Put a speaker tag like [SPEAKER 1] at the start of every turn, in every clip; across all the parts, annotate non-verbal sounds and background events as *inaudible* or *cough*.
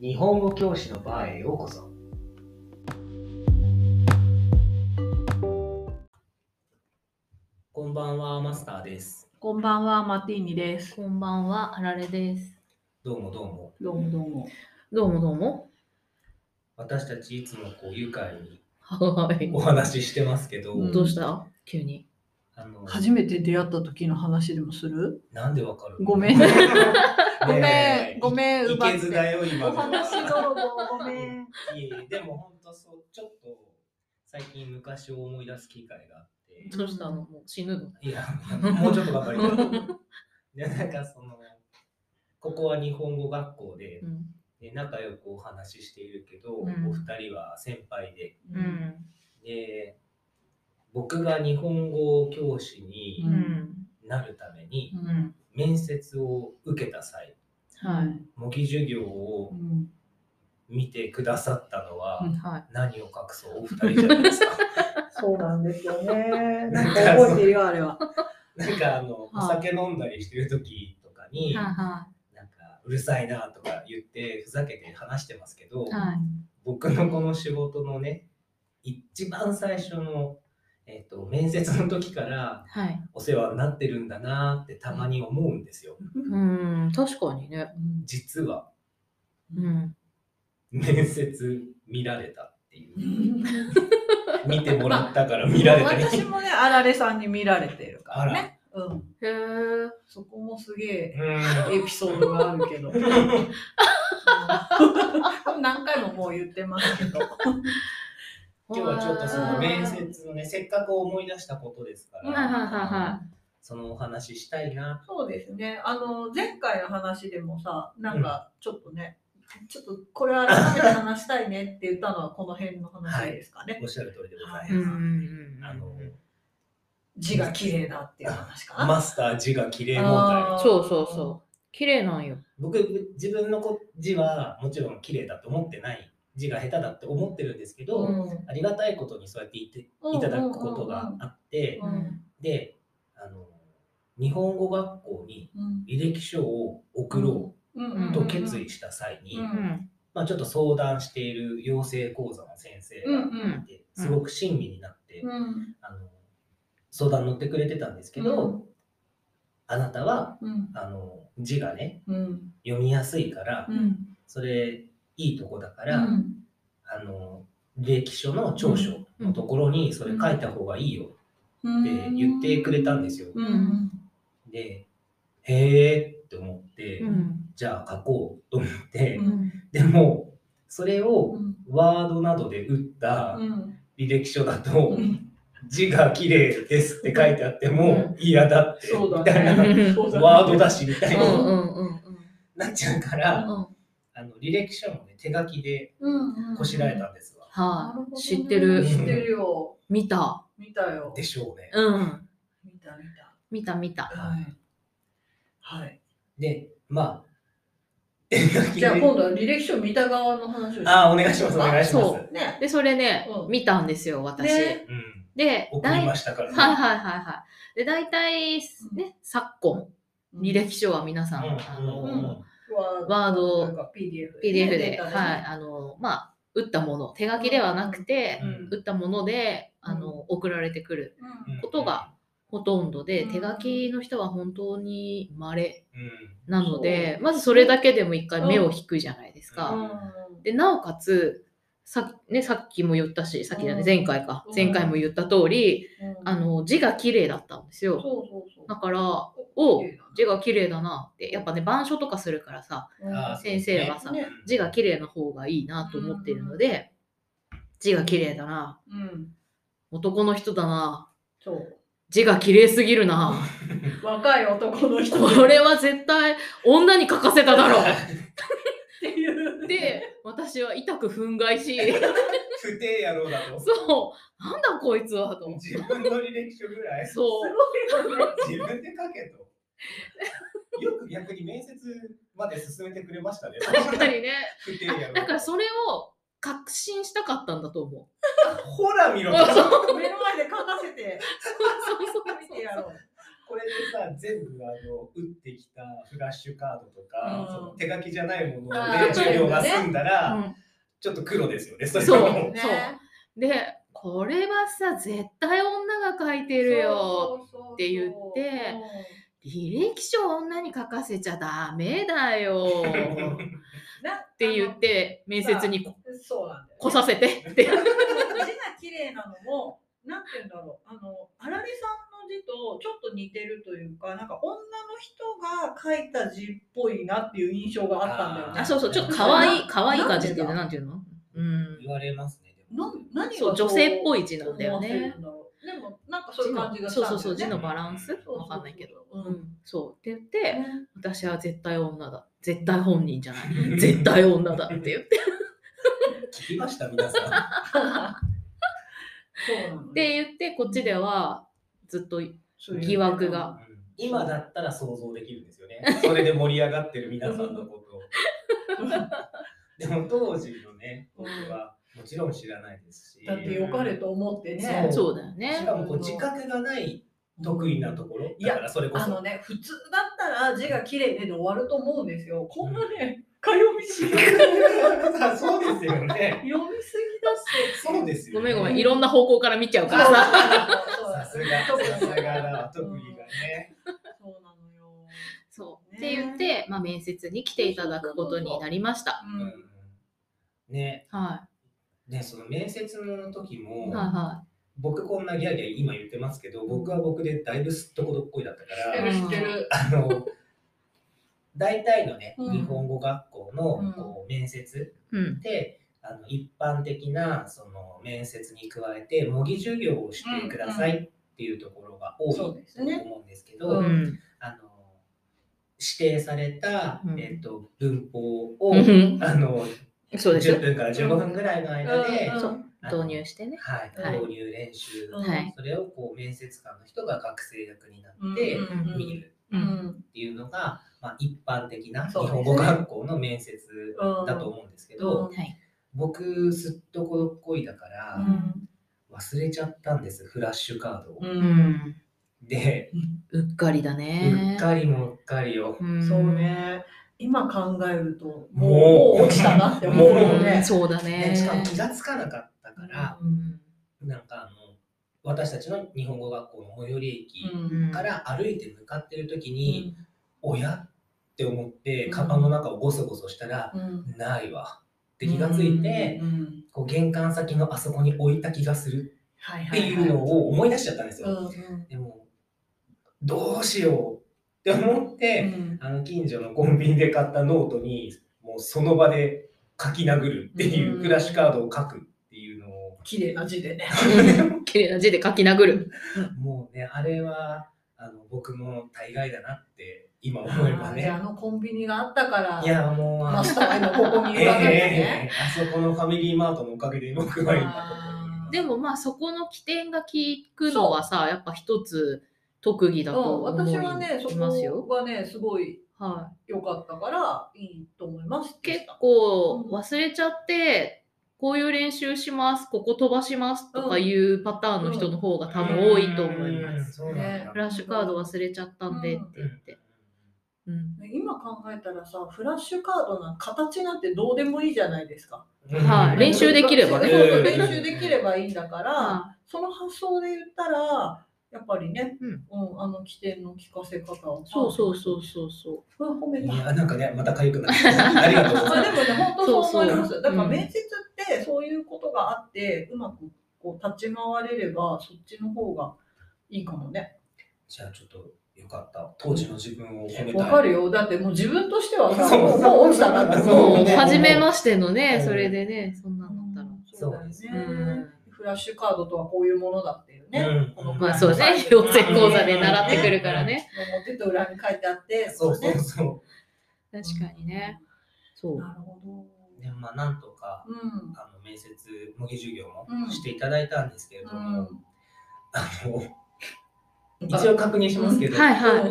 [SPEAKER 1] 日本語教師のバーへようこそ
[SPEAKER 2] こんばんは、マスターです。
[SPEAKER 3] こんばんは、マティーニです。
[SPEAKER 4] こんばんは、あられです。
[SPEAKER 2] どうもどうも。
[SPEAKER 3] どうもどうも。
[SPEAKER 4] どうもどうも。
[SPEAKER 2] 私たちいつもこう愉快に
[SPEAKER 4] はい
[SPEAKER 2] お。話ししてますけど、
[SPEAKER 3] うん
[SPEAKER 4] どうした急に。
[SPEAKER 2] あの
[SPEAKER 3] 初めて出会った時の話でもする
[SPEAKER 2] なんでわかる *laughs*
[SPEAKER 3] ごめん
[SPEAKER 2] ねえ
[SPEAKER 3] ごめん、ごめん、
[SPEAKER 2] い
[SPEAKER 3] 奪
[SPEAKER 2] け
[SPEAKER 3] っ
[SPEAKER 2] ず
[SPEAKER 3] て。
[SPEAKER 2] だよ、今
[SPEAKER 3] お
[SPEAKER 2] のは
[SPEAKER 3] 話泥棒、ごめん。
[SPEAKER 2] いえいえでも本当そう、ちょっと最近昔を思い出す機会があって、
[SPEAKER 4] どうしたのもう死ぬの
[SPEAKER 2] いや、 *laughs* もうちょっと頑張りたい。で、なんかその、ここは日本語学校で
[SPEAKER 4] う、ん。
[SPEAKER 2] で仲良くお話ししているけど、
[SPEAKER 4] うん
[SPEAKER 2] お二人は先輩で、
[SPEAKER 4] うん。
[SPEAKER 2] で僕が日本語教師に
[SPEAKER 4] うん。
[SPEAKER 2] なるために
[SPEAKER 4] うん。
[SPEAKER 2] 面接を受けた際
[SPEAKER 3] は。
[SPEAKER 4] はい
[SPEAKER 2] 模擬授業を見てくださったのは、
[SPEAKER 3] うん
[SPEAKER 4] い。はい。
[SPEAKER 2] 何を隠そうお二人じゃないです
[SPEAKER 4] *laughs*
[SPEAKER 2] か
[SPEAKER 3] そうなんですよね。
[SPEAKER 2] な
[SPEAKER 3] なん
[SPEAKER 2] か
[SPEAKER 3] んか
[SPEAKER 2] 覚
[SPEAKER 3] 覚
[SPEAKER 2] え
[SPEAKER 3] え
[SPEAKER 2] て
[SPEAKER 3] てるよ、あれは。
[SPEAKER 2] なんかあのお
[SPEAKER 3] はい
[SPEAKER 2] 酒飲んだりしてる時とかに、
[SPEAKER 4] は
[SPEAKER 2] なんかうるさいなとか言ってふざけて話してますけど、
[SPEAKER 4] い。はい。
[SPEAKER 2] 僕のこの仕事のね一番最初の、えっと面接の時から
[SPEAKER 4] はい。
[SPEAKER 2] お世話になってるんだなってたまに思うんですよ
[SPEAKER 4] うん。確かにね。
[SPEAKER 2] 実は。
[SPEAKER 4] うん。
[SPEAKER 2] 面接見られたっていう見てもらったから見られたり、
[SPEAKER 3] 私もね、あられさんに見られてるか
[SPEAKER 2] あ
[SPEAKER 3] ら
[SPEAKER 2] ら
[SPEAKER 3] ね。うん。
[SPEAKER 4] へえ。
[SPEAKER 3] そこもすげえ
[SPEAKER 2] う
[SPEAKER 3] エピソードがあるけど。 *laughs* 何回ももう言ってますけど。
[SPEAKER 2] ん今日はちょっとその
[SPEAKER 4] はい
[SPEAKER 2] 面接のねせっかく思い出したことですから、
[SPEAKER 4] はいはいは
[SPEAKER 2] そのお話ししたいな
[SPEAKER 3] そうですね。あの、前回の話でもさ、なんか、ちょっとね、ちょっとこれ改めて話したいねって言ったのはこの辺の話ですかね。
[SPEAKER 2] おっしゃる通りでござい
[SPEAKER 4] いはい。
[SPEAKER 2] ます、
[SPEAKER 4] ん
[SPEAKER 2] あの
[SPEAKER 3] 字が綺麗だっていう話かな。
[SPEAKER 2] マスター字が綺麗問題
[SPEAKER 3] あー
[SPEAKER 4] そうそうそう。綺麗なんよ。
[SPEAKER 2] 僕自分のこ字はもちろん綺麗だと思ってない字が下手だって思ってるんですけど、
[SPEAKER 3] うん
[SPEAKER 2] ありがたいことにそうやって言っていただくことがあって、
[SPEAKER 3] うん
[SPEAKER 2] であの日本語学校に
[SPEAKER 3] うん
[SPEAKER 2] 履歴書を送ろ
[SPEAKER 3] うん
[SPEAKER 4] う
[SPEAKER 2] うんと決意した際に、
[SPEAKER 3] うん
[SPEAKER 4] うん。
[SPEAKER 2] まあ、ちょっと相談している養成講座の先生
[SPEAKER 3] うんう
[SPEAKER 2] が
[SPEAKER 3] ん
[SPEAKER 2] いて、すごく親身になって、
[SPEAKER 3] うん
[SPEAKER 2] あの相談乗ってくれてたんですけど、あなたは
[SPEAKER 3] うん
[SPEAKER 2] あの字がね
[SPEAKER 3] うん
[SPEAKER 2] 読みやすいから、
[SPEAKER 3] うん
[SPEAKER 2] それいいとこだか
[SPEAKER 3] う
[SPEAKER 2] ら、
[SPEAKER 3] ん
[SPEAKER 2] あの履歴書の長所のところにそれ書いた方がいいよって言ってくれたんですよ。
[SPEAKER 3] うん
[SPEAKER 2] でへえって思って、
[SPEAKER 4] うん。
[SPEAKER 2] じゃあ書こうと思って、
[SPEAKER 3] うん
[SPEAKER 2] でもそれ
[SPEAKER 3] う
[SPEAKER 2] を
[SPEAKER 3] ん
[SPEAKER 2] ワードなどで打った
[SPEAKER 3] うん
[SPEAKER 2] 履歴書だと、
[SPEAKER 3] うん
[SPEAKER 2] 字が綺麗ですって書いてあっても嫌だって、
[SPEAKER 3] そうだ
[SPEAKER 2] みたいな、
[SPEAKER 3] ねそうだね
[SPEAKER 2] ワードだしみたい
[SPEAKER 4] うん
[SPEAKER 2] に
[SPEAKER 4] うんうん
[SPEAKER 2] なっちゃうから、
[SPEAKER 4] うん。
[SPEAKER 2] あの履歴書もね手書きで
[SPEAKER 3] うんうん
[SPEAKER 2] こしらえたんですわ、
[SPEAKER 3] なる
[SPEAKER 4] は
[SPEAKER 3] ほど
[SPEAKER 4] い。
[SPEAKER 3] ね
[SPEAKER 4] 知ってる
[SPEAKER 3] 知。ってるよ
[SPEAKER 4] 見た。
[SPEAKER 3] 見たよ
[SPEAKER 2] でしょうね。
[SPEAKER 4] うん。
[SPEAKER 3] 見た見た
[SPEAKER 4] 見た見た。
[SPEAKER 3] はいはい
[SPEAKER 2] でまあ手書きで
[SPEAKER 3] じゃあ今度は履歴書見た側の話をしよう
[SPEAKER 2] あお願いしますお願いします
[SPEAKER 4] そ。
[SPEAKER 3] ね。
[SPEAKER 4] で、それね、
[SPEAKER 3] うん
[SPEAKER 4] 見たんですよ、私。
[SPEAKER 3] ね
[SPEAKER 2] うん、
[SPEAKER 4] で、
[SPEAKER 2] 送
[SPEAKER 4] だ
[SPEAKER 2] り
[SPEAKER 4] い
[SPEAKER 2] ましたから、ね
[SPEAKER 4] はいはいはいはい。で、大体、ね、昨今、履歴書は皆さん、あ
[SPEAKER 2] うんうんうん
[SPEAKER 4] の、
[SPEAKER 3] は、
[SPEAKER 4] ワー
[SPEAKER 3] な
[SPEAKER 4] ド
[SPEAKER 3] ん、か PDF
[SPEAKER 4] PDF で、
[SPEAKER 3] データ
[SPEAKER 4] はい、あの、まあ、打ったもの、手書きではなくて、
[SPEAKER 2] うん
[SPEAKER 4] 打ったもので、
[SPEAKER 3] うん
[SPEAKER 4] あの、送られてくる
[SPEAKER 3] うん
[SPEAKER 4] ことがほとんどで、
[SPEAKER 3] うん
[SPEAKER 4] 手書きの人は本当に稀
[SPEAKER 2] うん、
[SPEAKER 4] なので、まずそれだけでも一回目を引くじゃないですか。
[SPEAKER 2] うん
[SPEAKER 4] でなおかつさ,、ね、さっきも言ったしさっきだね
[SPEAKER 3] うん
[SPEAKER 4] 前回か
[SPEAKER 3] うん
[SPEAKER 4] 前回も言った通り
[SPEAKER 3] うん
[SPEAKER 4] あ、の字が綺麗だったんです
[SPEAKER 3] そう
[SPEAKER 4] よ
[SPEAKER 3] そうそう。
[SPEAKER 4] だからお
[SPEAKER 3] 綺麗だな
[SPEAKER 4] 字が綺麗だなってやっぱね板書とかするからさ
[SPEAKER 2] あ
[SPEAKER 4] 先生はさ、
[SPEAKER 3] ね
[SPEAKER 4] 字が綺麗な方がいいなと思ってるので、字が綺麗だな
[SPEAKER 3] うん、
[SPEAKER 4] 男の人だな
[SPEAKER 3] そう。
[SPEAKER 4] 字が綺麗すぎるな
[SPEAKER 3] 若い男の人
[SPEAKER 4] これは絶対女に書かせただろう
[SPEAKER 3] っていう。
[SPEAKER 4] で私は痛く憤慨し
[SPEAKER 2] 不定野郎だと
[SPEAKER 4] そうなんだこいつはと思って
[SPEAKER 2] 自分の履歴書ぐらい
[SPEAKER 4] そう
[SPEAKER 3] すごいよね。
[SPEAKER 2] 自分で書けと。よく逆に面接まで進めてくれましたね。
[SPEAKER 4] 確かにね。
[SPEAKER 2] 不定や
[SPEAKER 4] あ
[SPEAKER 2] ろ
[SPEAKER 4] だからそれを確信したかったんだと思う。
[SPEAKER 2] ほら見ろ
[SPEAKER 4] そうそう
[SPEAKER 3] 目の前で書かせて、
[SPEAKER 4] そうそ
[SPEAKER 3] *laughs*
[SPEAKER 4] う
[SPEAKER 3] 書いてやろう。
[SPEAKER 2] ここれでさ、全部あの打ってきたフラッシュカードとか
[SPEAKER 3] う、ん
[SPEAKER 2] その手書きじゃないもの
[SPEAKER 3] あー
[SPEAKER 2] で授業が済んだら、
[SPEAKER 4] うん
[SPEAKER 2] ちょっと黒ですよね、それ
[SPEAKER 4] そう
[SPEAKER 2] はも
[SPEAKER 4] そうで、これはさ、絶対女が書いてるよ。って言って履歴書を女に書かせちゃダメだよ。
[SPEAKER 3] *laughs*
[SPEAKER 4] って言っ、
[SPEAKER 3] って
[SPEAKER 4] 面接にこ
[SPEAKER 3] そうなんだよね
[SPEAKER 4] 来させてって。
[SPEAKER 3] 字が綺麗なのも、なんて言うんだろう、あの、荒木さんの字とちょっと似てるというか、なんか女の人が書いた字っぽいなっていう印象があったんだよね。
[SPEAKER 4] あ、そうそう、ちょっと可愛い、可愛い
[SPEAKER 3] なん
[SPEAKER 4] 感
[SPEAKER 3] でだ
[SPEAKER 4] じっていうのなんていうのうん。
[SPEAKER 2] 言われますね。で
[SPEAKER 3] な
[SPEAKER 2] も
[SPEAKER 3] 何が
[SPEAKER 4] そう、女性っぽい字なんだよ
[SPEAKER 3] 思わせ
[SPEAKER 4] ね
[SPEAKER 3] る。んだろうでも、なんかそういう感じがしたん
[SPEAKER 4] そう
[SPEAKER 3] だ
[SPEAKER 4] そ
[SPEAKER 3] よ
[SPEAKER 4] う
[SPEAKER 3] ね。
[SPEAKER 4] そう、字の
[SPEAKER 2] 場
[SPEAKER 4] バランス
[SPEAKER 3] そうそうそう
[SPEAKER 4] わかんないけど。
[SPEAKER 3] うん
[SPEAKER 4] うん、そうって言って、
[SPEAKER 3] ね
[SPEAKER 4] 私は絶対女だ。絶対本人じ
[SPEAKER 3] *laughs*
[SPEAKER 4] ゃない。絶対女だって言って。
[SPEAKER 2] 聞きました、皆さん。
[SPEAKER 3] そうなのよ
[SPEAKER 4] って言って、こっちではずっと
[SPEAKER 3] そういう
[SPEAKER 4] 疑惑が。
[SPEAKER 2] うん今だったら想像できるんですよね。それで盛り上がってる皆さんのことを。
[SPEAKER 3] *laughs* うん
[SPEAKER 2] でも当時のね、僕はもちろん知らないですし。
[SPEAKER 3] だって良かれと思って
[SPEAKER 2] う
[SPEAKER 3] ね
[SPEAKER 2] ん。
[SPEAKER 4] そうだよね
[SPEAKER 2] し。かもこう自覚がない得意なところ。
[SPEAKER 3] い
[SPEAKER 2] だ
[SPEAKER 3] や
[SPEAKER 2] からそれこ
[SPEAKER 3] あ
[SPEAKER 2] そ。
[SPEAKER 3] のね、普通だったら字が綺麗でで終わると思うんですよ。こんなね、かよみし
[SPEAKER 2] *laughs* そうですよね。
[SPEAKER 3] 読みすぎだって。
[SPEAKER 2] そうですよ、
[SPEAKER 4] ご
[SPEAKER 2] ね。
[SPEAKER 4] めんごめん、
[SPEAKER 2] ん。
[SPEAKER 4] いろんな方向から見ちゃうからさ。
[SPEAKER 2] さ
[SPEAKER 3] さ
[SPEAKER 2] すが、さすがだわ、特技がね。
[SPEAKER 3] そうなのよ。
[SPEAKER 4] そう。っ
[SPEAKER 3] ね
[SPEAKER 4] て言って、まあ、面接に来ていただくことになりました。
[SPEAKER 2] う
[SPEAKER 3] うん
[SPEAKER 2] ん。ね、
[SPEAKER 4] は
[SPEAKER 2] ね、その面接の時も
[SPEAKER 4] い。、はいは
[SPEAKER 2] 僕こんなギャーギャー今言ってますけど、僕は僕でだいぶすっとこどっこいだったか
[SPEAKER 3] 知
[SPEAKER 2] ら
[SPEAKER 3] って。る知ってる。
[SPEAKER 2] あの大体のね、
[SPEAKER 3] うん
[SPEAKER 2] 日本語学校
[SPEAKER 3] うん
[SPEAKER 2] のこう面接
[SPEAKER 4] い。うん。
[SPEAKER 2] で、あの一般的なその面接に加えて模擬授業をしてくださいっていうところが多いと
[SPEAKER 3] そうですね
[SPEAKER 2] 思うんですけ
[SPEAKER 3] う
[SPEAKER 2] ど、
[SPEAKER 4] うん。
[SPEAKER 2] あの指定された、
[SPEAKER 4] うん
[SPEAKER 2] えっと文法を、
[SPEAKER 4] うん
[SPEAKER 2] あの
[SPEAKER 4] そうですよ
[SPEAKER 2] 10。分から15分ぐらいの間で、
[SPEAKER 3] うん
[SPEAKER 4] そう
[SPEAKER 2] あの
[SPEAKER 4] 導入してね。
[SPEAKER 2] はい、
[SPEAKER 4] はい
[SPEAKER 2] 導入練習、
[SPEAKER 3] うん
[SPEAKER 4] はい
[SPEAKER 2] それをこう面接官の人が学生役になって
[SPEAKER 3] うんうんうん
[SPEAKER 2] 見る。
[SPEAKER 3] う。
[SPEAKER 4] うん
[SPEAKER 2] っていうのが、まあ、一般的な日
[SPEAKER 3] そうです
[SPEAKER 2] 本
[SPEAKER 3] ね
[SPEAKER 2] 語学校の面接
[SPEAKER 3] うん
[SPEAKER 2] だと思うんですけど、
[SPEAKER 3] うん
[SPEAKER 4] はい。
[SPEAKER 2] 僕すっとこどっこいだから、
[SPEAKER 3] うん
[SPEAKER 2] 忘れちゃったんですフラッシュカードを。
[SPEAKER 3] う。
[SPEAKER 4] うんん。
[SPEAKER 2] で、
[SPEAKER 4] うっかりだ
[SPEAKER 2] うっ
[SPEAKER 4] ね。
[SPEAKER 2] かりもうっかりよ。
[SPEAKER 4] うん
[SPEAKER 3] そう。ね。今考えると、もう
[SPEAKER 2] もう
[SPEAKER 3] もう落ちたなって
[SPEAKER 4] う
[SPEAKER 3] 思うよ
[SPEAKER 4] ん
[SPEAKER 3] ね。
[SPEAKER 4] そうだ
[SPEAKER 2] で
[SPEAKER 4] ね。
[SPEAKER 2] しかも気がつかなかったから、
[SPEAKER 4] うん
[SPEAKER 2] なんかあの私たちの日本語学校の最寄り
[SPEAKER 3] う
[SPEAKER 2] 駅
[SPEAKER 4] うん
[SPEAKER 2] から歩いて向かってる時に、
[SPEAKER 3] ん
[SPEAKER 2] おやって思って
[SPEAKER 3] うん
[SPEAKER 2] カバンの中をゴソゴソしたら、
[SPEAKER 3] うん
[SPEAKER 2] ないわって気がついて、
[SPEAKER 3] うん
[SPEAKER 2] こう玄関先のあそこに置いた気がする
[SPEAKER 3] はい
[SPEAKER 2] っ
[SPEAKER 3] は
[SPEAKER 2] て
[SPEAKER 3] い
[SPEAKER 2] い
[SPEAKER 3] は
[SPEAKER 2] う
[SPEAKER 3] い
[SPEAKER 2] のを思い出しちゃったんですよ。
[SPEAKER 3] うんうん
[SPEAKER 2] でも、どうしようって思って、
[SPEAKER 3] うん
[SPEAKER 2] あの近所のコンビニで買ったノートに、もうその場で書き殴るっていうう、
[SPEAKER 3] ん
[SPEAKER 2] フラッシュカードを書くっていうのを、
[SPEAKER 3] 綺麗な字でね。
[SPEAKER 4] うん綺麗な字で書き殴る。
[SPEAKER 2] もうね、あれはあの僕も大概だなって今思えば
[SPEAKER 3] あーじゃあ
[SPEAKER 2] ね。
[SPEAKER 3] あのコンビニがあったから、
[SPEAKER 2] いや、もう、あ
[SPEAKER 3] マ
[SPEAKER 2] の
[SPEAKER 3] スターが今ここにい
[SPEAKER 2] ええ
[SPEAKER 3] るわけだ
[SPEAKER 2] え
[SPEAKER 3] ね。
[SPEAKER 2] えあそこのファミリーマートのおかげで僕は今ここにいます
[SPEAKER 4] でもまあそこの起点が聞くのはさ、やっぱ一つ特技
[SPEAKER 3] う
[SPEAKER 4] だと
[SPEAKER 3] ん、
[SPEAKER 4] 思
[SPEAKER 3] 私はね、
[SPEAKER 4] います
[SPEAKER 3] そ
[SPEAKER 4] よ。
[SPEAKER 3] こがね、すごい
[SPEAKER 4] は
[SPEAKER 3] 良かったから、いいと思います。
[SPEAKER 4] い。結
[SPEAKER 3] 構。
[SPEAKER 4] 構忘れちゃって、こういう練習します、ここ飛ばしますとかいうパターンの人の方が多分多いと思います。
[SPEAKER 2] うんそうなんだ
[SPEAKER 3] ね
[SPEAKER 4] フラッシュカード忘れちゃったんでって言って。うん
[SPEAKER 3] 今考えたらさ、フラッシュカードなんか形なんてどうでもいいじゃないですか。
[SPEAKER 4] はい練習できればね
[SPEAKER 3] そうそう
[SPEAKER 2] うん
[SPEAKER 3] 練習できればいいんだから、
[SPEAKER 4] あ
[SPEAKER 3] その発想で言ったら、やっぱりね、
[SPEAKER 4] う
[SPEAKER 3] うんん、あの起点の聞かせ方を。。
[SPEAKER 4] そうそうそうそうそう
[SPEAKER 3] 褒め
[SPEAKER 2] い
[SPEAKER 3] た。
[SPEAKER 2] や、なんかね、また痒くなってきた。ありがとうご
[SPEAKER 3] まあ
[SPEAKER 2] ざい
[SPEAKER 3] で
[SPEAKER 2] ま
[SPEAKER 3] もね、本当そう思いま
[SPEAKER 4] そうそ
[SPEAKER 3] す。
[SPEAKER 4] う
[SPEAKER 3] だから
[SPEAKER 4] うん
[SPEAKER 3] 面接ってそういうことがあって、うまくこう立ち回れれば、そっちの方がいいかもね。
[SPEAKER 2] す。じゃあ、ちょっと、よかった。当時の自分を褒めたい。
[SPEAKER 3] わかるよ。だってもう自分としてはさ、
[SPEAKER 2] そう
[SPEAKER 3] もうもう落ちたなっ
[SPEAKER 2] そ
[SPEAKER 3] て。
[SPEAKER 2] う
[SPEAKER 4] もう
[SPEAKER 2] ね
[SPEAKER 4] 初めましてのね、
[SPEAKER 2] うん
[SPEAKER 4] それでね、そんな
[SPEAKER 3] うん
[SPEAKER 4] だっ
[SPEAKER 3] そうだよ
[SPEAKER 4] たら。う
[SPEAKER 3] ね
[SPEAKER 4] ん。
[SPEAKER 3] フラッシュカードとはこういうものだっていうね。
[SPEAKER 2] ね。
[SPEAKER 3] この
[SPEAKER 4] まあそうね、養成講座で習ってくるからね。
[SPEAKER 3] 表と裏に書いてあって、
[SPEAKER 2] そうそう
[SPEAKER 3] ね。
[SPEAKER 2] そ
[SPEAKER 4] 確かにね。そう。
[SPEAKER 3] なるほど。
[SPEAKER 2] う。で、まあ、なんとか、
[SPEAKER 3] う
[SPEAKER 2] あの、面接、模擬授業
[SPEAKER 3] う
[SPEAKER 2] も
[SPEAKER 3] ん
[SPEAKER 2] していただいたんですけれど
[SPEAKER 3] ん。
[SPEAKER 2] も、あの、
[SPEAKER 3] うん。
[SPEAKER 2] 一応確認しますけど、
[SPEAKER 4] はいは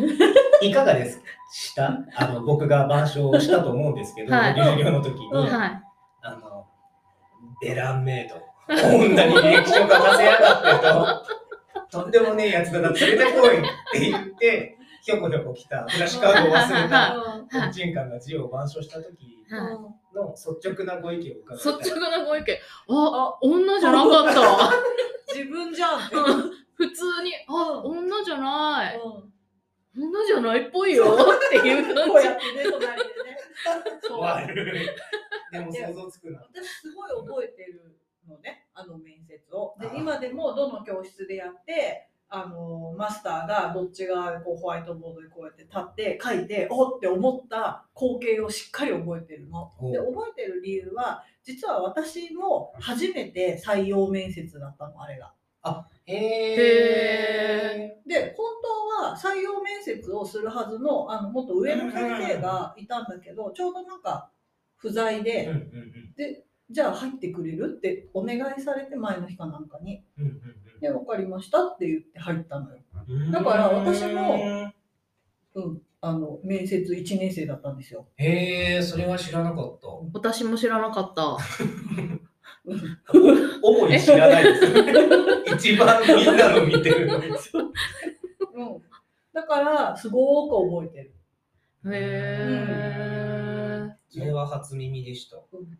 [SPEAKER 4] い。
[SPEAKER 3] い。
[SPEAKER 2] いかがですかしたあの、僕が板書をしたと思うんですけど、模
[SPEAKER 4] は
[SPEAKER 2] 擬
[SPEAKER 4] い
[SPEAKER 2] 授業の時に、
[SPEAKER 3] うん
[SPEAKER 4] はい。
[SPEAKER 2] あの、ベランメイド。こんなに履歴書書かせやがってと。とんでもねえやつだな、連れてこいって言って、ひょこひょこ来た、フラッシュカードを忘れた、文人館が字を板書した時
[SPEAKER 4] はい
[SPEAKER 2] の率直なご意見を伺いた
[SPEAKER 4] 率
[SPEAKER 2] い。
[SPEAKER 4] 直なご意見。あ、女じゃなかった。
[SPEAKER 3] 自分じゃんって。
[SPEAKER 4] うん普通に、あ、
[SPEAKER 3] う
[SPEAKER 4] 女じゃない。
[SPEAKER 3] うん
[SPEAKER 4] 女じゃないっぽ *laughs* いよっていう
[SPEAKER 3] こう
[SPEAKER 4] 感じ
[SPEAKER 3] や。ってね、隣でね。
[SPEAKER 2] *laughs*
[SPEAKER 3] そう
[SPEAKER 2] 悪いでも想像つくな。
[SPEAKER 3] 私すごい覚えてるのね、あの面接を。
[SPEAKER 2] あ
[SPEAKER 3] で、
[SPEAKER 2] ー
[SPEAKER 3] 今でもどの教室でやって、あのマスターがどっちがこうホワイトボードでこうやって立って書いておっって思った光景をしっかり覚えてるの。
[SPEAKER 2] おう
[SPEAKER 3] で覚えてる理由は実は私も初めて採用面接だったのあれが。
[SPEAKER 2] へ
[SPEAKER 4] へ
[SPEAKER 2] え。
[SPEAKER 3] で本当は採用面接をするはずのあのもっと上の先生がいたんだけどちょうどなんか不在
[SPEAKER 2] うんう
[SPEAKER 3] で
[SPEAKER 2] んうん
[SPEAKER 3] じゃあ入ってくれるってお願いされて前の日かなんかに
[SPEAKER 2] うん
[SPEAKER 3] で分かりましたって言って入ったのよ。
[SPEAKER 2] うんうん。
[SPEAKER 3] だから私
[SPEAKER 2] も。
[SPEAKER 3] うん、あの面接1年生だったんですよ。
[SPEAKER 2] へえ、それは知らなかった。
[SPEAKER 4] 私も知らなかった。
[SPEAKER 2] 主に知らないですよね。一番みんなの見てるのに。
[SPEAKER 3] うん、だからすごく覚えてる。
[SPEAKER 4] へえ。
[SPEAKER 2] それは初耳でした
[SPEAKER 3] うん。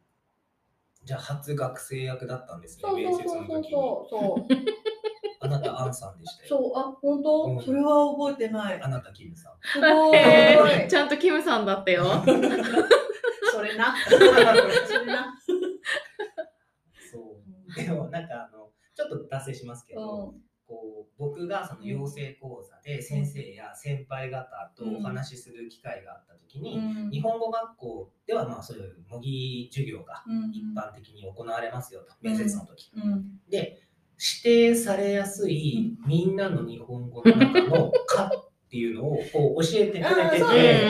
[SPEAKER 2] じゃあ初学生役だったんですね、
[SPEAKER 3] そう
[SPEAKER 2] 面
[SPEAKER 3] そう
[SPEAKER 2] 接
[SPEAKER 3] そう
[SPEAKER 2] の時に。
[SPEAKER 3] そうそう。
[SPEAKER 2] あなた、アンさんでしたよ。
[SPEAKER 3] そう、あ、本
[SPEAKER 2] う
[SPEAKER 3] 当
[SPEAKER 2] ん
[SPEAKER 3] それは覚えてない
[SPEAKER 2] あ。なた、キムさん。
[SPEAKER 3] すごい。
[SPEAKER 4] へーちゃんとキムさんだったよ。
[SPEAKER 3] それな。それな。
[SPEAKER 2] そう。でも、なんか、あの、ちょっと達成しますけど、こう僕がその養成講座で先生や先輩方とお話しする機会があった時に、
[SPEAKER 3] ん
[SPEAKER 2] 日本語学校ではまあそういう模擬授業が
[SPEAKER 3] うん
[SPEAKER 2] 一般的に行われますよと、面接の時
[SPEAKER 3] うん。
[SPEAKER 2] で指定されやすいみんなの日本語の中の「か」っていうのをこう教えてくれて
[SPEAKER 3] あーそう
[SPEAKER 4] うんうん
[SPEAKER 2] て。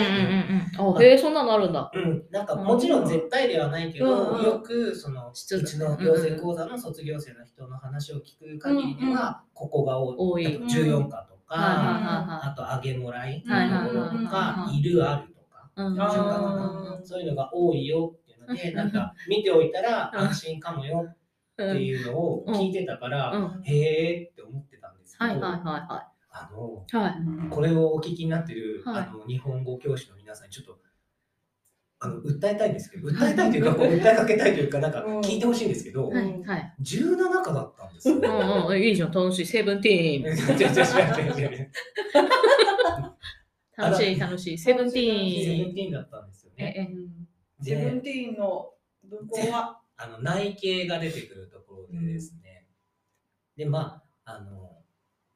[SPEAKER 4] うんうんあへえ、そんなのあるんだ。
[SPEAKER 2] うん、なんかもちろん絶対ではないけど、
[SPEAKER 3] うん
[SPEAKER 2] よくそのう
[SPEAKER 4] ちょっと
[SPEAKER 2] ちの養成講座の卒業生の人の話を聞く限りでは、ここが多
[SPEAKER 4] 多
[SPEAKER 2] い
[SPEAKER 4] い
[SPEAKER 2] 例えば14課とか、
[SPEAKER 4] はいはい
[SPEAKER 2] あとあげもらい
[SPEAKER 4] はい
[SPEAKER 2] の
[SPEAKER 4] はい
[SPEAKER 2] ところとか
[SPEAKER 4] は、い
[SPEAKER 2] いるあるとか、
[SPEAKER 4] はいはい。うん
[SPEAKER 3] あ
[SPEAKER 2] 順
[SPEAKER 3] ー
[SPEAKER 2] 番かなそういうのが多いよっていうので、なんか見ておいたら安心かもよ
[SPEAKER 4] う
[SPEAKER 2] っ
[SPEAKER 4] ん
[SPEAKER 2] ていうのを聞いてたから、
[SPEAKER 4] うん
[SPEAKER 2] へーって思ってたんですけ
[SPEAKER 4] はい
[SPEAKER 2] ど、
[SPEAKER 4] はいは
[SPEAKER 2] あの
[SPEAKER 4] いはい。はい。
[SPEAKER 2] これをお聞きになってる、
[SPEAKER 4] はい
[SPEAKER 2] あの日本語教師の皆さんにちょっとあの訴えたいんですけど、訴えたいというか、こう訴えかけたいというか、なんか
[SPEAKER 3] うん
[SPEAKER 2] 聞いてほしいんですけど、
[SPEAKER 3] うん
[SPEAKER 4] はいはい。
[SPEAKER 2] 17課だったんですよ。
[SPEAKER 4] うんうん、いいじゃん、楽しい。セブンティーン。
[SPEAKER 2] *laughs* 違う違う違う違う違う
[SPEAKER 4] 楽しい、楽しい。セブンティーン。
[SPEAKER 2] 17だったんですよ
[SPEAKER 4] え
[SPEAKER 2] ね。
[SPEAKER 3] う
[SPEAKER 4] え、
[SPEAKER 3] んセブ
[SPEAKER 2] で
[SPEAKER 3] ンティーンの文庫は。
[SPEAKER 2] あの内形が出てくるところでですね、でまああの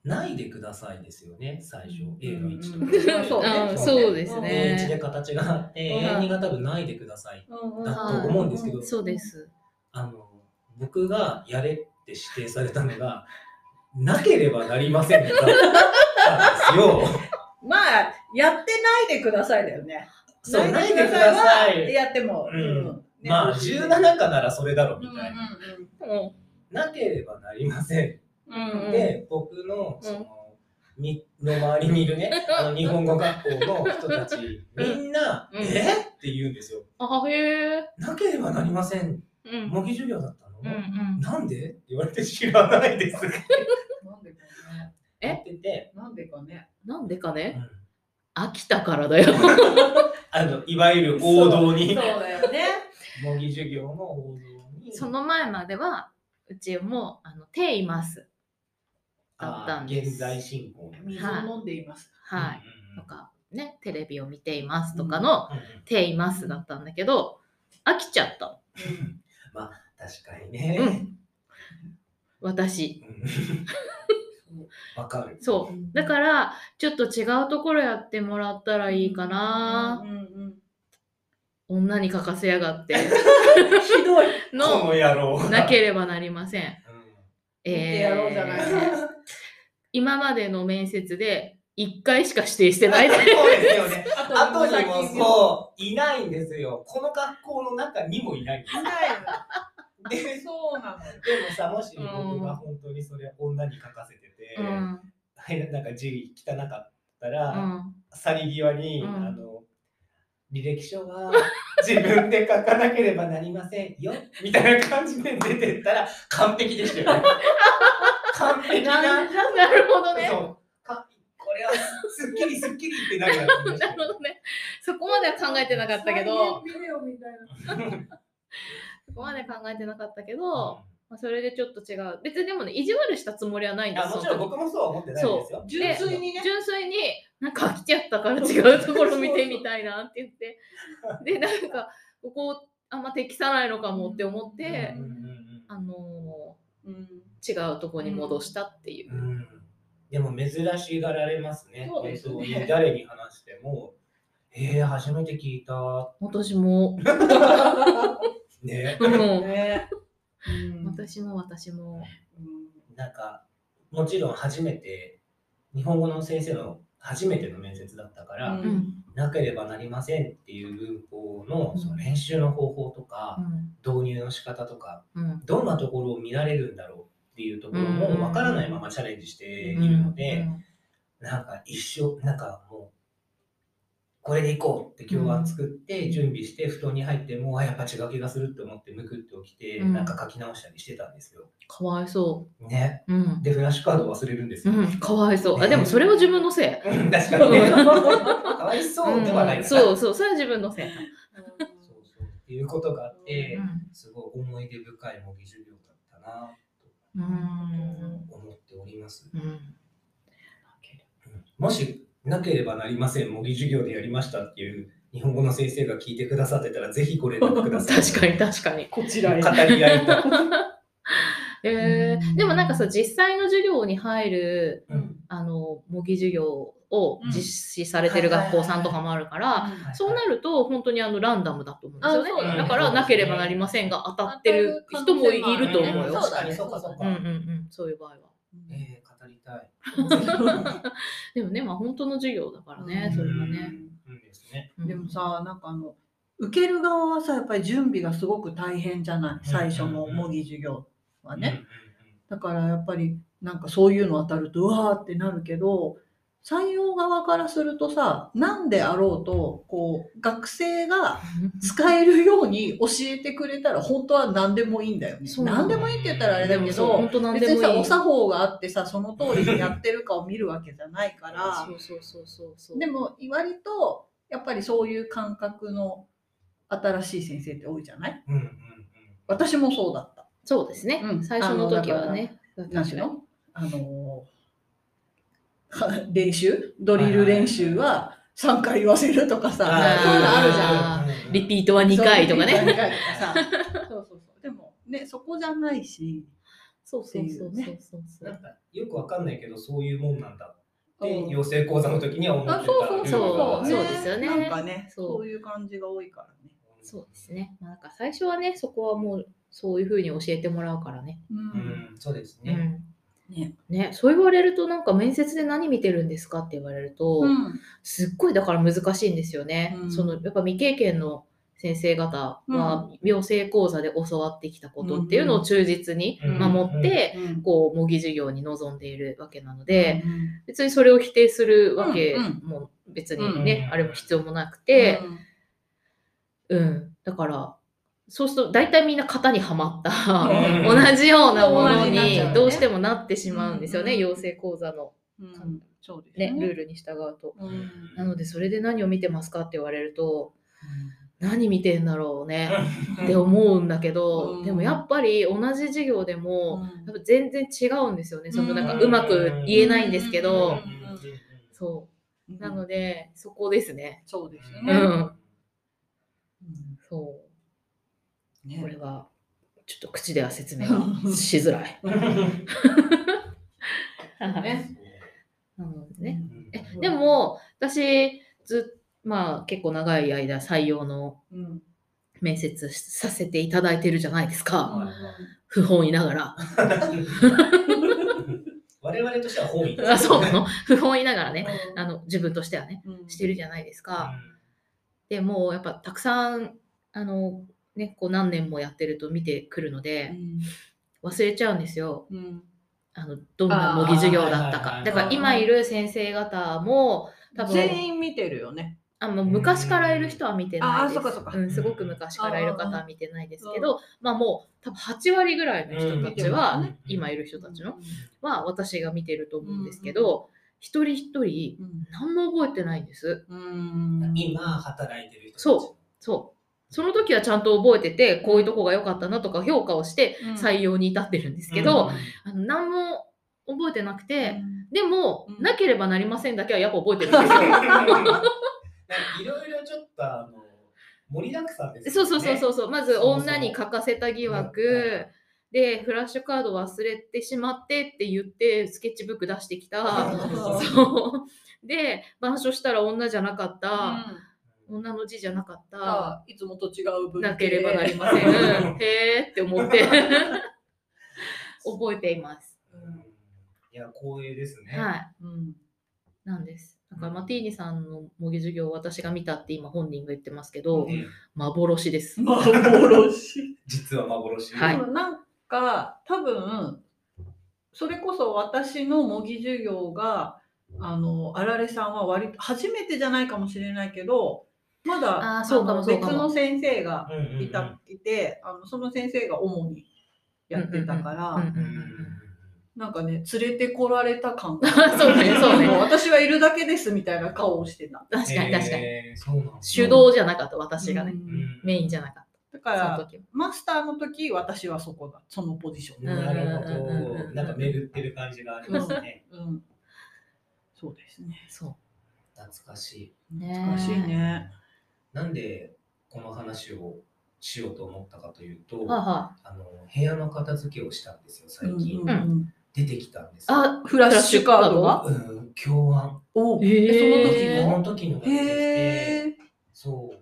[SPEAKER 2] ないでくださいですよね最初 A の1とか、
[SPEAKER 3] そう
[SPEAKER 4] あ
[SPEAKER 3] ね
[SPEAKER 4] ーそうです
[SPEAKER 2] えー1で
[SPEAKER 4] ね。
[SPEAKER 2] 形があって
[SPEAKER 3] うん
[SPEAKER 2] 永遠にが多分ないでください
[SPEAKER 3] うん
[SPEAKER 2] だ
[SPEAKER 4] と
[SPEAKER 2] 思うんですけど
[SPEAKER 4] そうで。す。
[SPEAKER 2] あの僕がやれって指定されたのがなければなりませんだったんですよ *laughs*
[SPEAKER 3] まあ、やってないでくださいだよね。
[SPEAKER 2] そうないでくださ
[SPEAKER 3] は。
[SPEAKER 2] い
[SPEAKER 3] やっても。
[SPEAKER 2] うん
[SPEAKER 3] うん
[SPEAKER 2] まあ17課ならそれだろ
[SPEAKER 3] うん
[SPEAKER 2] み
[SPEAKER 3] うん
[SPEAKER 2] たいな、
[SPEAKER 4] うん
[SPEAKER 2] なければなりません
[SPEAKER 3] うんうん。
[SPEAKER 2] で、僕の
[SPEAKER 4] ん
[SPEAKER 2] その、みの周りにいる
[SPEAKER 4] *laughs*
[SPEAKER 2] ね、あの日本語学校の人たち、みんな、
[SPEAKER 4] うん
[SPEAKER 2] えって言うんですよ。
[SPEAKER 4] あ、へえ。
[SPEAKER 2] なければなりません。
[SPEAKER 4] うん。
[SPEAKER 2] 模擬授業だったの、
[SPEAKER 4] うんうん。
[SPEAKER 2] なんでって言われて知らないです。って
[SPEAKER 3] なんでかね。
[SPEAKER 4] え
[SPEAKER 2] 言ってて、
[SPEAKER 3] なんでかね。
[SPEAKER 4] なんでか
[SPEAKER 2] う
[SPEAKER 4] ね、
[SPEAKER 2] ん
[SPEAKER 4] 飽きたからだよ。
[SPEAKER 2] あの、いわゆる王道に、
[SPEAKER 3] そうそうだよね。
[SPEAKER 2] 模擬授業の王道に、
[SPEAKER 4] その前までは、うちも、あの、手います。だっ
[SPEAKER 2] あ
[SPEAKER 4] たんです
[SPEAKER 2] 現在進行ね。
[SPEAKER 3] 水を飲んでいます。
[SPEAKER 4] はい。
[SPEAKER 2] うん
[SPEAKER 4] とか、ね、テレビを見ていますとかの、
[SPEAKER 2] うんうん
[SPEAKER 4] 手いますだったんだけど、飽きちゃったの。
[SPEAKER 3] うん
[SPEAKER 2] 確かにね。
[SPEAKER 4] う
[SPEAKER 2] うん
[SPEAKER 4] ん。私。
[SPEAKER 2] *laughs* わ、かる。
[SPEAKER 4] そう。だから、ちょっと違うところやってもらったらいいかな。
[SPEAKER 3] うんうん
[SPEAKER 4] 女に書かせやが
[SPEAKER 3] *laughs*
[SPEAKER 4] って。
[SPEAKER 3] うん。ひどい。
[SPEAKER 2] こ
[SPEAKER 4] の、
[SPEAKER 2] の野郎 *laughs* が。
[SPEAKER 4] なければなりません。
[SPEAKER 2] うん
[SPEAKER 4] え
[SPEAKER 3] 見てやろうじゃないの
[SPEAKER 4] ー今までの面接で1回しか指定し
[SPEAKER 3] *laughs*
[SPEAKER 4] てないで
[SPEAKER 2] そうですよね。
[SPEAKER 3] あ
[SPEAKER 2] あとにもそう、いないんですよ。この学校の中にもいないんです。
[SPEAKER 3] う。ない
[SPEAKER 2] で
[SPEAKER 3] のよ。そうなのよ。
[SPEAKER 2] でもさ、もし僕が本当にそれ女に書かせてて、
[SPEAKER 4] うん、うん、
[SPEAKER 2] はいなんか字汚かったら、去り際に、
[SPEAKER 4] うん
[SPEAKER 2] あの、履歴書は自分で書かなけれ
[SPEAKER 4] *laughs*
[SPEAKER 2] ばなりませんよ、みたいな感じで出てったら完璧でしたよね。完璧
[SPEAKER 4] な
[SPEAKER 2] な。
[SPEAKER 4] んなるほどね。
[SPEAKER 2] そうかこれはすっきりすっきりってなるやつで
[SPEAKER 4] *laughs* なるほどね。そこまでは考えてなかったけど、
[SPEAKER 3] 再現ビデオみたいな。
[SPEAKER 4] そこまで考えてなかったけど、
[SPEAKER 2] しょ
[SPEAKER 4] まあ、それでちょっと違う。別にでもね、意地悪したつもりはないん
[SPEAKER 2] い
[SPEAKER 4] で
[SPEAKER 2] や
[SPEAKER 4] す
[SPEAKER 2] もちろん僕もそうは思ってないんですよ。
[SPEAKER 3] 純粋にね。
[SPEAKER 4] 純粋になんか飽きちゃったから違うところ見てみたいなって言 *laughs* ってでなんかここあんま適さないのかもって思っ
[SPEAKER 2] うん
[SPEAKER 4] て、
[SPEAKER 2] うんうん
[SPEAKER 4] あの
[SPEAKER 3] うん。
[SPEAKER 4] ー違うとこに戻したっていう
[SPEAKER 2] う、んでも珍しがられますね。
[SPEAKER 3] そうですね
[SPEAKER 2] 本当に誰に話しても、えー、初めて聞いた。
[SPEAKER 4] 私も、
[SPEAKER 2] ね。
[SPEAKER 4] うん
[SPEAKER 3] ね。うん
[SPEAKER 4] 私も私も
[SPEAKER 2] なんか、もちろん初めて、日本語の先生の初めての面接だったから、
[SPEAKER 3] うん
[SPEAKER 4] うん
[SPEAKER 2] なければなりませんっていう文法の
[SPEAKER 4] うん
[SPEAKER 2] その練習の方法とか、導入の仕方とか、
[SPEAKER 4] うん
[SPEAKER 2] どんなところを見られるんだろうっていうところ
[SPEAKER 4] うんうん
[SPEAKER 2] もわからないままチャレンジして
[SPEAKER 4] う
[SPEAKER 2] い
[SPEAKER 4] ん
[SPEAKER 2] るので、なんか一生、なんかもう、これでいこうって今日は作って、準備して、布団に入って、もうあやっぱ違う気がするって思って、むくって起きて、
[SPEAKER 4] うん
[SPEAKER 2] なんか書き直したりしてたんですよ。
[SPEAKER 4] かわいそ
[SPEAKER 2] ね。
[SPEAKER 4] う、うん
[SPEAKER 2] で、フラッシュカード忘れるんです
[SPEAKER 4] う
[SPEAKER 2] よ。
[SPEAKER 4] ん、かわいそうあでもそれは自分のせい、
[SPEAKER 2] うん *laughs* 確かにね。かわいそうではない
[SPEAKER 4] うん
[SPEAKER 2] かな。
[SPEAKER 4] そうそうそれは自分のせい、
[SPEAKER 2] そうそうっていうことがあって
[SPEAKER 4] う、ん
[SPEAKER 2] すごい思い出深い模擬授業だったな
[SPEAKER 4] うん
[SPEAKER 2] と思っております。
[SPEAKER 4] うん
[SPEAKER 2] もし、なければなりません、模擬授業でやりましたっていう日本語の先生が聞いてくださってたら、ぜひご連絡ください。
[SPEAKER 4] *laughs* 確かに確かに
[SPEAKER 3] こちらへ。
[SPEAKER 2] 語り合いたい。
[SPEAKER 4] え
[SPEAKER 3] う
[SPEAKER 4] ー、
[SPEAKER 3] ん
[SPEAKER 4] でもなんかさ実際の授業に入る
[SPEAKER 2] うん
[SPEAKER 4] あの模擬授業を
[SPEAKER 3] うん
[SPEAKER 4] 実施されてる学校さんとかもあるから、そうなると本当にあのランダムだと思うんですよね
[SPEAKER 3] あそうだね
[SPEAKER 4] だからなければなりませんが当たってる人もいると
[SPEAKER 3] 当たる可
[SPEAKER 4] 思う
[SPEAKER 3] 能性もあ
[SPEAKER 2] 確か
[SPEAKER 3] るねそうだね
[SPEAKER 4] よ
[SPEAKER 2] にそうかそう
[SPEAKER 4] うんうん
[SPEAKER 2] か。
[SPEAKER 4] うんそういう場合は
[SPEAKER 2] えー、語りたい。
[SPEAKER 4] でもねまあ本当の授業だからね
[SPEAKER 3] うん
[SPEAKER 4] それはね、
[SPEAKER 2] うん。うんです
[SPEAKER 4] *laughs*
[SPEAKER 2] ね。
[SPEAKER 4] うん
[SPEAKER 3] でもさ、なんかあの、受ける側はさ、やっぱり準備がすごく大変じゃない、最初の模擬授業はね。だからやっぱりなんかそういうの当たるとうわーってなるけど採用側からするとさ何であろうとこう学生が使えるように教えてくれたら本当は何でもいいんだよね。
[SPEAKER 4] そう
[SPEAKER 3] 何でもいいって言ったらあれだ
[SPEAKER 4] で
[SPEAKER 3] け
[SPEAKER 4] もそう
[SPEAKER 3] ど
[SPEAKER 4] 本当なんで
[SPEAKER 3] 別に
[SPEAKER 4] も
[SPEAKER 3] さ
[SPEAKER 4] い
[SPEAKER 3] お
[SPEAKER 4] い
[SPEAKER 3] 作法があってさその通りにやってるかを見るわけじゃないか
[SPEAKER 2] そ
[SPEAKER 3] ら
[SPEAKER 4] *laughs* そうそうそうそうそう
[SPEAKER 3] でも割とやっぱりそういう感覚の新しい先生って多いじゃない
[SPEAKER 2] うんうんうん。
[SPEAKER 3] 私もそうだった。
[SPEAKER 4] そうですね、
[SPEAKER 3] うん
[SPEAKER 4] 最初の時はね
[SPEAKER 3] なんていうのあのー *laughs* 練習ドリル練習は3回言わせるとかさ、
[SPEAKER 4] ー
[SPEAKER 3] そういうのあるじゃん。
[SPEAKER 4] ゃん
[SPEAKER 2] うん。
[SPEAKER 4] リピートは2回とか
[SPEAKER 3] そう
[SPEAKER 4] ね
[SPEAKER 3] 二回とか
[SPEAKER 4] *laughs*
[SPEAKER 3] さ。そうそうそう。でもね、そこじゃないし。
[SPEAKER 4] そうそうそうそうそうそう
[SPEAKER 2] なんかよくわかんないけど、そういうもんなんだっ
[SPEAKER 3] う
[SPEAKER 2] て、
[SPEAKER 3] ん
[SPEAKER 2] 養成講座の時には思ってた。
[SPEAKER 3] あそうそうそう
[SPEAKER 4] そうですよね
[SPEAKER 3] なんかね
[SPEAKER 4] そう
[SPEAKER 3] そういう感じが多いからね。
[SPEAKER 4] そうですね。まあ、なんか最初はね、そこはもうそういうふうに教えてもらうからね。
[SPEAKER 3] う。
[SPEAKER 2] うんん、そうです
[SPEAKER 4] う
[SPEAKER 2] ね。
[SPEAKER 4] ん
[SPEAKER 3] ね
[SPEAKER 4] ね、そう言われるとなんか面接で何見てるんですかって言われると、
[SPEAKER 3] うん。
[SPEAKER 4] すっごいだから難しいんですよね。
[SPEAKER 3] うん
[SPEAKER 4] そのやっぱ未経験の先生方は養成講座で教わってきたことっていうのを忠実に
[SPEAKER 2] うん
[SPEAKER 4] 守って、
[SPEAKER 3] うん
[SPEAKER 4] こう模擬授業に臨んでいるわけなので、別にそれを否定するわけ
[SPEAKER 3] うん
[SPEAKER 4] も別にね、
[SPEAKER 2] うん
[SPEAKER 4] あれも必要もなく
[SPEAKER 3] うん
[SPEAKER 4] て、うん、だからそうすると大体みんな型にはまっ
[SPEAKER 2] う
[SPEAKER 4] た、
[SPEAKER 2] ん
[SPEAKER 4] 同じようなもの
[SPEAKER 3] 同じになっちゃう
[SPEAKER 4] に
[SPEAKER 3] ね
[SPEAKER 4] どうしてもなってしまうんですよね、
[SPEAKER 3] うん
[SPEAKER 4] 養成講座の、
[SPEAKER 3] うん
[SPEAKER 4] かん
[SPEAKER 3] そうです
[SPEAKER 4] ね
[SPEAKER 3] ね。
[SPEAKER 4] ルールに従うと。
[SPEAKER 3] うんうん
[SPEAKER 4] なのでそれで何を見てますかって言われると何見てんだろうねって思うんだけど、
[SPEAKER 3] うん
[SPEAKER 4] でもやっぱり同じ授業でも、やっぱ全然違うんですよねそのなんか
[SPEAKER 2] うん
[SPEAKER 4] うまく言えないんですけ
[SPEAKER 2] うん
[SPEAKER 4] ど、
[SPEAKER 2] うん
[SPEAKER 4] そうなの
[SPEAKER 3] で、
[SPEAKER 4] でそこですね。
[SPEAKER 3] そうです
[SPEAKER 2] うん
[SPEAKER 3] ね。
[SPEAKER 4] そ
[SPEAKER 3] うん
[SPEAKER 4] う
[SPEAKER 3] ね
[SPEAKER 4] これはちょっと口では説明がしづらい。
[SPEAKER 3] ね
[SPEAKER 4] なのでね
[SPEAKER 2] うん
[SPEAKER 4] えでも私ずまあ結構長い間採用の
[SPEAKER 3] うん
[SPEAKER 4] 面接させていただいてるじゃないです
[SPEAKER 3] う
[SPEAKER 4] か
[SPEAKER 3] ん
[SPEAKER 4] 不本意ながら
[SPEAKER 2] *laughs* 我々としては本意ですね
[SPEAKER 4] あそうなの不本意ながらね
[SPEAKER 3] う
[SPEAKER 4] あの自分としてはね
[SPEAKER 3] ん
[SPEAKER 4] してるじゃないですかでもうやっぱたくさんあのねこう何年もやってると見てくるの
[SPEAKER 3] う
[SPEAKER 4] で
[SPEAKER 3] ん
[SPEAKER 4] 忘れちゃうんですよ
[SPEAKER 3] うん
[SPEAKER 4] あのどんな模擬授業だった
[SPEAKER 2] あ
[SPEAKER 4] か
[SPEAKER 2] ー
[SPEAKER 4] だから今いる先生方も多分
[SPEAKER 3] 全員見てるよね。
[SPEAKER 4] あの昔からいる人は見てないです
[SPEAKER 3] あーそっかそっか
[SPEAKER 4] うん、すごく昔からいる方は見てないですけど、まあもう多分8割ぐらいの人たちは、
[SPEAKER 3] うん
[SPEAKER 4] 今いる人たちの
[SPEAKER 3] うん
[SPEAKER 4] は私が見てると思うんですけど、一人一人何も覚えてないんです。
[SPEAKER 3] うん
[SPEAKER 2] 今働いてる人たち
[SPEAKER 4] そそうその時はちゃんと覚えててこういうとこが良かったなとか評価をして
[SPEAKER 3] うん
[SPEAKER 4] 採用に至ってるんですけ
[SPEAKER 2] う
[SPEAKER 4] ど、
[SPEAKER 2] ん
[SPEAKER 4] あの何も覚えてなく
[SPEAKER 3] う
[SPEAKER 4] て、
[SPEAKER 3] ん
[SPEAKER 4] でも、
[SPEAKER 3] うん
[SPEAKER 4] なければなりませんだけはやっぱ覚えてるんですよ。
[SPEAKER 2] なんかいろいろちょっとあの盛りだくさんです
[SPEAKER 4] そうそうそうそううそう、まず女に書かせた疑惑、でフラッシュカード忘れてしまってって言ってスケッチブック出してきた、
[SPEAKER 3] うん
[SPEAKER 4] そうで板書したら女じゃなかった、
[SPEAKER 2] うん
[SPEAKER 4] 女の字じゃなかった、
[SPEAKER 3] あいつもと違う文系
[SPEAKER 4] なければなりません、うんへーって思って *laughs* 覚えています。
[SPEAKER 2] いや光栄ですね、
[SPEAKER 4] はい
[SPEAKER 3] うん
[SPEAKER 4] なんですだからマティーニさんの模擬授業を私が見たって今本人が言ってますけど、
[SPEAKER 2] うん
[SPEAKER 4] 幻です。
[SPEAKER 3] 幻
[SPEAKER 2] 実は幻
[SPEAKER 4] はい
[SPEAKER 3] でもなんか多分それこそ私の模擬授業があのあられさんは割と初めてじゃないかもしれないけどまだ
[SPEAKER 4] あーそうかも
[SPEAKER 3] あの
[SPEAKER 4] そう
[SPEAKER 3] 別
[SPEAKER 4] かも
[SPEAKER 3] の先生が
[SPEAKER 2] うんうんうん
[SPEAKER 3] いた、いてあのその先生が主にやってたから、
[SPEAKER 4] うんうん
[SPEAKER 2] うんうん
[SPEAKER 3] なんかね連れてこられた感
[SPEAKER 4] *laughs* そうねそうね
[SPEAKER 3] も私はいるだけですみたいな顔をしてた
[SPEAKER 4] 確かに確かに。
[SPEAKER 2] えーそうなんだ
[SPEAKER 4] 手動じゃなかった私がね、
[SPEAKER 3] うん
[SPEAKER 4] メインじゃなかっ
[SPEAKER 3] だ
[SPEAKER 4] た
[SPEAKER 3] か
[SPEAKER 4] その
[SPEAKER 3] ら
[SPEAKER 4] 時は
[SPEAKER 3] マスターの時私はそこだそのポジション
[SPEAKER 4] うん
[SPEAKER 2] なるほ
[SPEAKER 4] うんうんうんう
[SPEAKER 2] ど
[SPEAKER 4] ん
[SPEAKER 2] なんか巡ってる感じがありますね
[SPEAKER 3] うん、そうですね。
[SPEAKER 4] そ
[SPEAKER 2] 懐かし
[SPEAKER 4] うね
[SPEAKER 3] 懐かしい
[SPEAKER 2] い
[SPEAKER 3] ね。
[SPEAKER 2] なんでこの話をしようと思ったかというと、
[SPEAKER 4] うはいは
[SPEAKER 2] あの部屋の片付けをしたんですよ最近、
[SPEAKER 3] うんうん
[SPEAKER 2] 出てきたんです
[SPEAKER 4] い
[SPEAKER 2] よ
[SPEAKER 4] あ
[SPEAKER 3] フラッシュカードは
[SPEAKER 2] うん共犯
[SPEAKER 3] お
[SPEAKER 4] へー
[SPEAKER 3] え
[SPEAKER 2] この時のが出
[SPEAKER 3] その時
[SPEAKER 2] てきて
[SPEAKER 3] へ
[SPEAKER 2] そ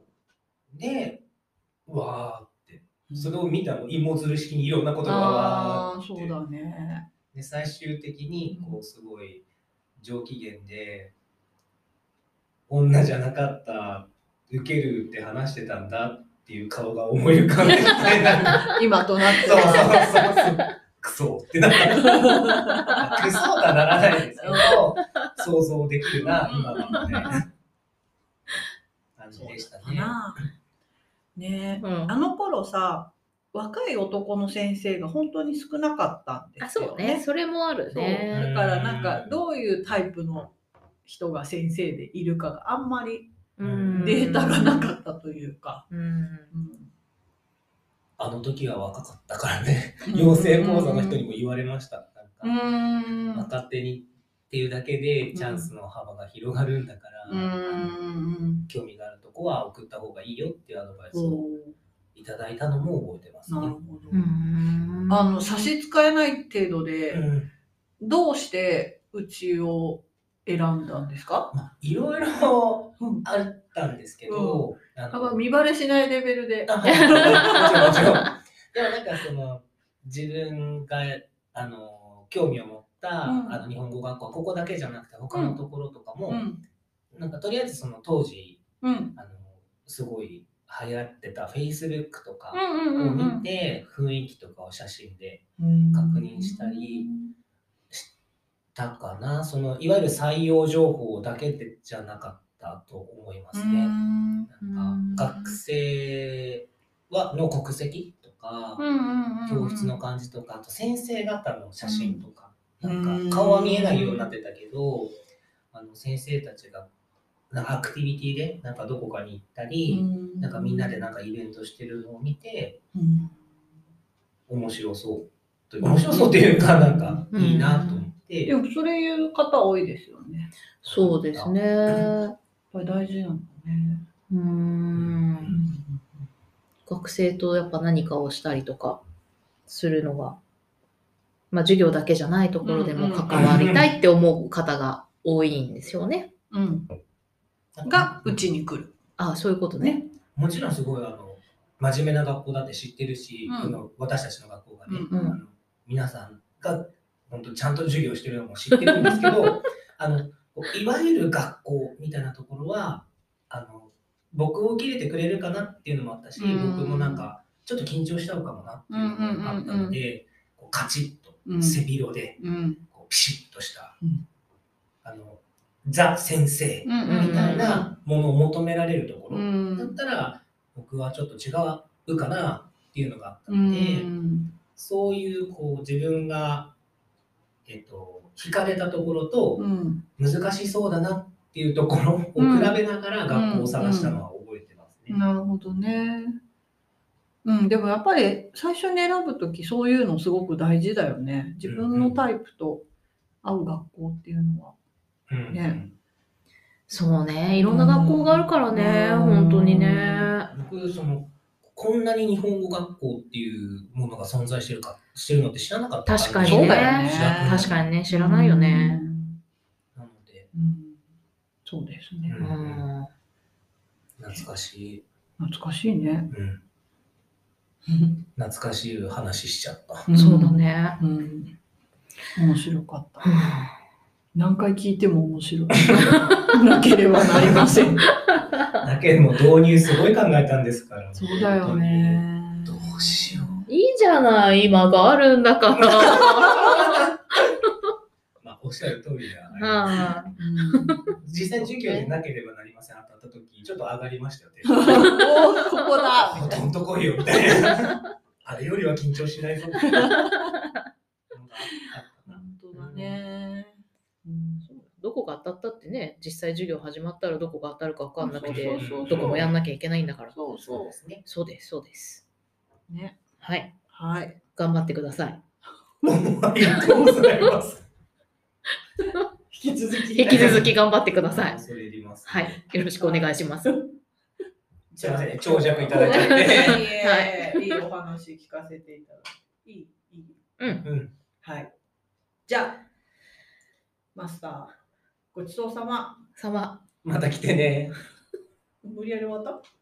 [SPEAKER 2] うでうわーって
[SPEAKER 3] え。
[SPEAKER 2] それを見たの芋づる式にいろんなことがわー
[SPEAKER 3] ああ
[SPEAKER 2] って
[SPEAKER 3] そうだね。
[SPEAKER 2] で最終的にこうすごい上機嫌で女じゃなかった受けるって話してたんだっていう顔が思い浮かん
[SPEAKER 3] *laughs*
[SPEAKER 2] できて
[SPEAKER 3] 今となって
[SPEAKER 2] そうそう
[SPEAKER 3] は。
[SPEAKER 2] そうそうクソってなったクソとはならないですけど想像できるな今なのね感じでしたね。
[SPEAKER 3] なあね
[SPEAKER 4] う
[SPEAKER 3] え、
[SPEAKER 4] ん
[SPEAKER 3] あの頃さ若い男の先生が本当に少なかったんで
[SPEAKER 4] あ
[SPEAKER 3] す
[SPEAKER 4] そ
[SPEAKER 3] よ
[SPEAKER 4] うね
[SPEAKER 3] ね。
[SPEAKER 4] それもある
[SPEAKER 3] そう
[SPEAKER 4] ね
[SPEAKER 3] だからなんかどういうタイプの人が先生でいるかがあんまり
[SPEAKER 2] う
[SPEAKER 3] データがなか
[SPEAKER 4] っ
[SPEAKER 3] ったというか。
[SPEAKER 4] た、うん
[SPEAKER 3] うん
[SPEAKER 2] あの時は若かったからね、養成講座の人にも言われました。
[SPEAKER 3] う
[SPEAKER 2] なんか
[SPEAKER 3] ん。
[SPEAKER 2] 若手にっていうだけでチャンスの幅が広がるんだから、
[SPEAKER 3] うん。
[SPEAKER 2] 興味があるとこは送った方がいいよっていうアドバイスをいただいたのも覚えてます
[SPEAKER 3] なる
[SPEAKER 2] ね。
[SPEAKER 3] ほど。
[SPEAKER 4] うん
[SPEAKER 3] あの差し支えない程度
[SPEAKER 2] う
[SPEAKER 3] で、
[SPEAKER 2] ん
[SPEAKER 3] どうしてうちを選んだんですか？
[SPEAKER 2] まあいろいろ
[SPEAKER 3] うん
[SPEAKER 2] あったんですけど、あ
[SPEAKER 3] あ見バレしないレベルで。
[SPEAKER 2] あもちろんもちろんでもなんかその自分があの興味を持った、
[SPEAKER 3] うん
[SPEAKER 2] あの日本語学校ここだけじゃなくて他のところとかも、
[SPEAKER 3] うん。
[SPEAKER 2] なんかとりあえずその当時
[SPEAKER 3] うん。
[SPEAKER 2] あのすごい流行ってた Facebook とか
[SPEAKER 3] うんう
[SPEAKER 2] を
[SPEAKER 3] ん
[SPEAKER 2] 見て、雰囲気とかを写真で
[SPEAKER 3] うん
[SPEAKER 2] 確認したり。たかなそのいわゆる採用情報だけでじゃなかったと思いますね。
[SPEAKER 3] うん
[SPEAKER 2] なんか学生はの国籍とか、
[SPEAKER 3] うんうんう
[SPEAKER 2] 教
[SPEAKER 3] ん。
[SPEAKER 2] 室の感じとかあと先生方の写真とか、
[SPEAKER 3] うん
[SPEAKER 2] なんか顔は見えないようになってたけどあの先生たちがなんかアクティビティでなんかどこかに行った
[SPEAKER 3] う
[SPEAKER 2] り、
[SPEAKER 3] ん。
[SPEAKER 2] なんかみんなでなんかイベントしてるのを見て
[SPEAKER 3] うん。
[SPEAKER 2] 面白そうという面白そうっていうかなんか
[SPEAKER 4] うん
[SPEAKER 2] いいなと思って、
[SPEAKER 3] でもそれ言う方多いですよね。
[SPEAKER 4] そうですね
[SPEAKER 3] やっぱり大事なのね。
[SPEAKER 4] うん学生とやっぱ何かをしたりとかするのがまあ授業だけじゃないところでも関わりたいって思う方が多いんですよね
[SPEAKER 3] うん。
[SPEAKER 2] なんか
[SPEAKER 3] がうちに来る。
[SPEAKER 4] あそういうことね
[SPEAKER 2] もちろんすごいあの真面目な学校だって知ってるし、
[SPEAKER 3] う
[SPEAKER 2] こ
[SPEAKER 3] ん
[SPEAKER 2] の私たちの学校がね、
[SPEAKER 3] うん
[SPEAKER 4] うん
[SPEAKER 2] あの皆さんが本当ちゃんと授業してるのも知ってるんですけどあのこういわゆる学校みたいなところはあの僕を受け入れてくれるかなっていうのもあったし、
[SPEAKER 3] うん
[SPEAKER 2] 僕もなんかちょっと緊張しちゃうかもなっていうのもあったので、こうカチッと
[SPEAKER 3] うん
[SPEAKER 2] 背広で
[SPEAKER 3] うん。
[SPEAKER 2] こうピシッとした、
[SPEAKER 3] うん
[SPEAKER 2] あのザ先生
[SPEAKER 3] うん
[SPEAKER 4] う
[SPEAKER 2] み
[SPEAKER 4] ん
[SPEAKER 2] たいなものを求められるとこ
[SPEAKER 4] う
[SPEAKER 2] ろだっ
[SPEAKER 4] ん
[SPEAKER 2] たら僕はちょっと違うかなっていうのがあった
[SPEAKER 4] う
[SPEAKER 2] ので、
[SPEAKER 4] ん
[SPEAKER 2] そういうこう自分が、えっと、惹かれたところと
[SPEAKER 3] うん
[SPEAKER 2] 難しそうだなっていうところを比べ
[SPEAKER 4] うん
[SPEAKER 2] ながら学校を探したのは覚えてますね。
[SPEAKER 3] なるほどね。うん、でもやっぱり最初に選ぶときそういうのすごく大事だよね。自分のタイプと合う学校っていうのは。
[SPEAKER 2] うん
[SPEAKER 3] ね
[SPEAKER 4] そうねいろんな学校があるからね、
[SPEAKER 3] うん
[SPEAKER 4] 本当にね、
[SPEAKER 2] 僕そのこんなに日本語学校っていうものが存在してるかしてるのって知らなかった
[SPEAKER 4] 確かに
[SPEAKER 3] そう
[SPEAKER 4] ね
[SPEAKER 3] だよね
[SPEAKER 4] 確かにね知らないよね、
[SPEAKER 2] なので
[SPEAKER 3] うん。うんそうですね。
[SPEAKER 2] うん
[SPEAKER 4] うん
[SPEAKER 2] 懐かしい、
[SPEAKER 3] 懐かしいね。
[SPEAKER 2] うん、懐かしい話しちゃった。
[SPEAKER 4] *laughs* そうだ。ね、
[SPEAKER 3] うん。面白かった。何回聞いても面白い。 *laughs* なければなりませ
[SPEAKER 4] *laughs*
[SPEAKER 3] ん。
[SPEAKER 2] だけども導入すごい考えたんですから。
[SPEAKER 3] そうだよね。
[SPEAKER 2] どうしよ
[SPEAKER 3] う。
[SPEAKER 4] いいじゃない今があるんだから
[SPEAKER 2] まあおっしゃる通りだ。
[SPEAKER 4] う
[SPEAKER 3] う
[SPEAKER 4] ん
[SPEAKER 3] ん、 *laughs*
[SPEAKER 2] 実際授業でなければなりません。当たった時ちょっと上がりま
[SPEAKER 4] *laughs*
[SPEAKER 2] したよね。
[SPEAKER 3] おーここだ。
[SPEAKER 2] あどんとこいよみたいな。 *laughs* あれよりは緊張しないぞ。なんかあったな
[SPEAKER 3] 本当だね。
[SPEAKER 4] そうどこが当たったってね実際授業始まったらどこが当たるか分かんなくて
[SPEAKER 2] そうそうそうそう
[SPEAKER 4] どこもやんなきゃいけないんだから
[SPEAKER 3] そうそ
[SPEAKER 2] すね。
[SPEAKER 4] そうですそうです
[SPEAKER 3] う。ね。
[SPEAKER 4] はい
[SPEAKER 3] はい。
[SPEAKER 4] 頑張ってください
[SPEAKER 2] ありがとうございます。引き続き
[SPEAKER 4] 引き続き頑張ってください
[SPEAKER 2] 恐れ入ります。
[SPEAKER 4] はい。よろしくお願いします
[SPEAKER 2] すいません長尺いただい *laughs* ちゃって
[SPEAKER 4] *laughs*
[SPEAKER 3] いえいえいいお話聞かせていただいて。いい、いい。
[SPEAKER 4] うん
[SPEAKER 2] うん。
[SPEAKER 3] はい。じゃあ、マスター、ごちそうさま。
[SPEAKER 4] 様
[SPEAKER 2] また来てね。
[SPEAKER 3] 無理やり終わった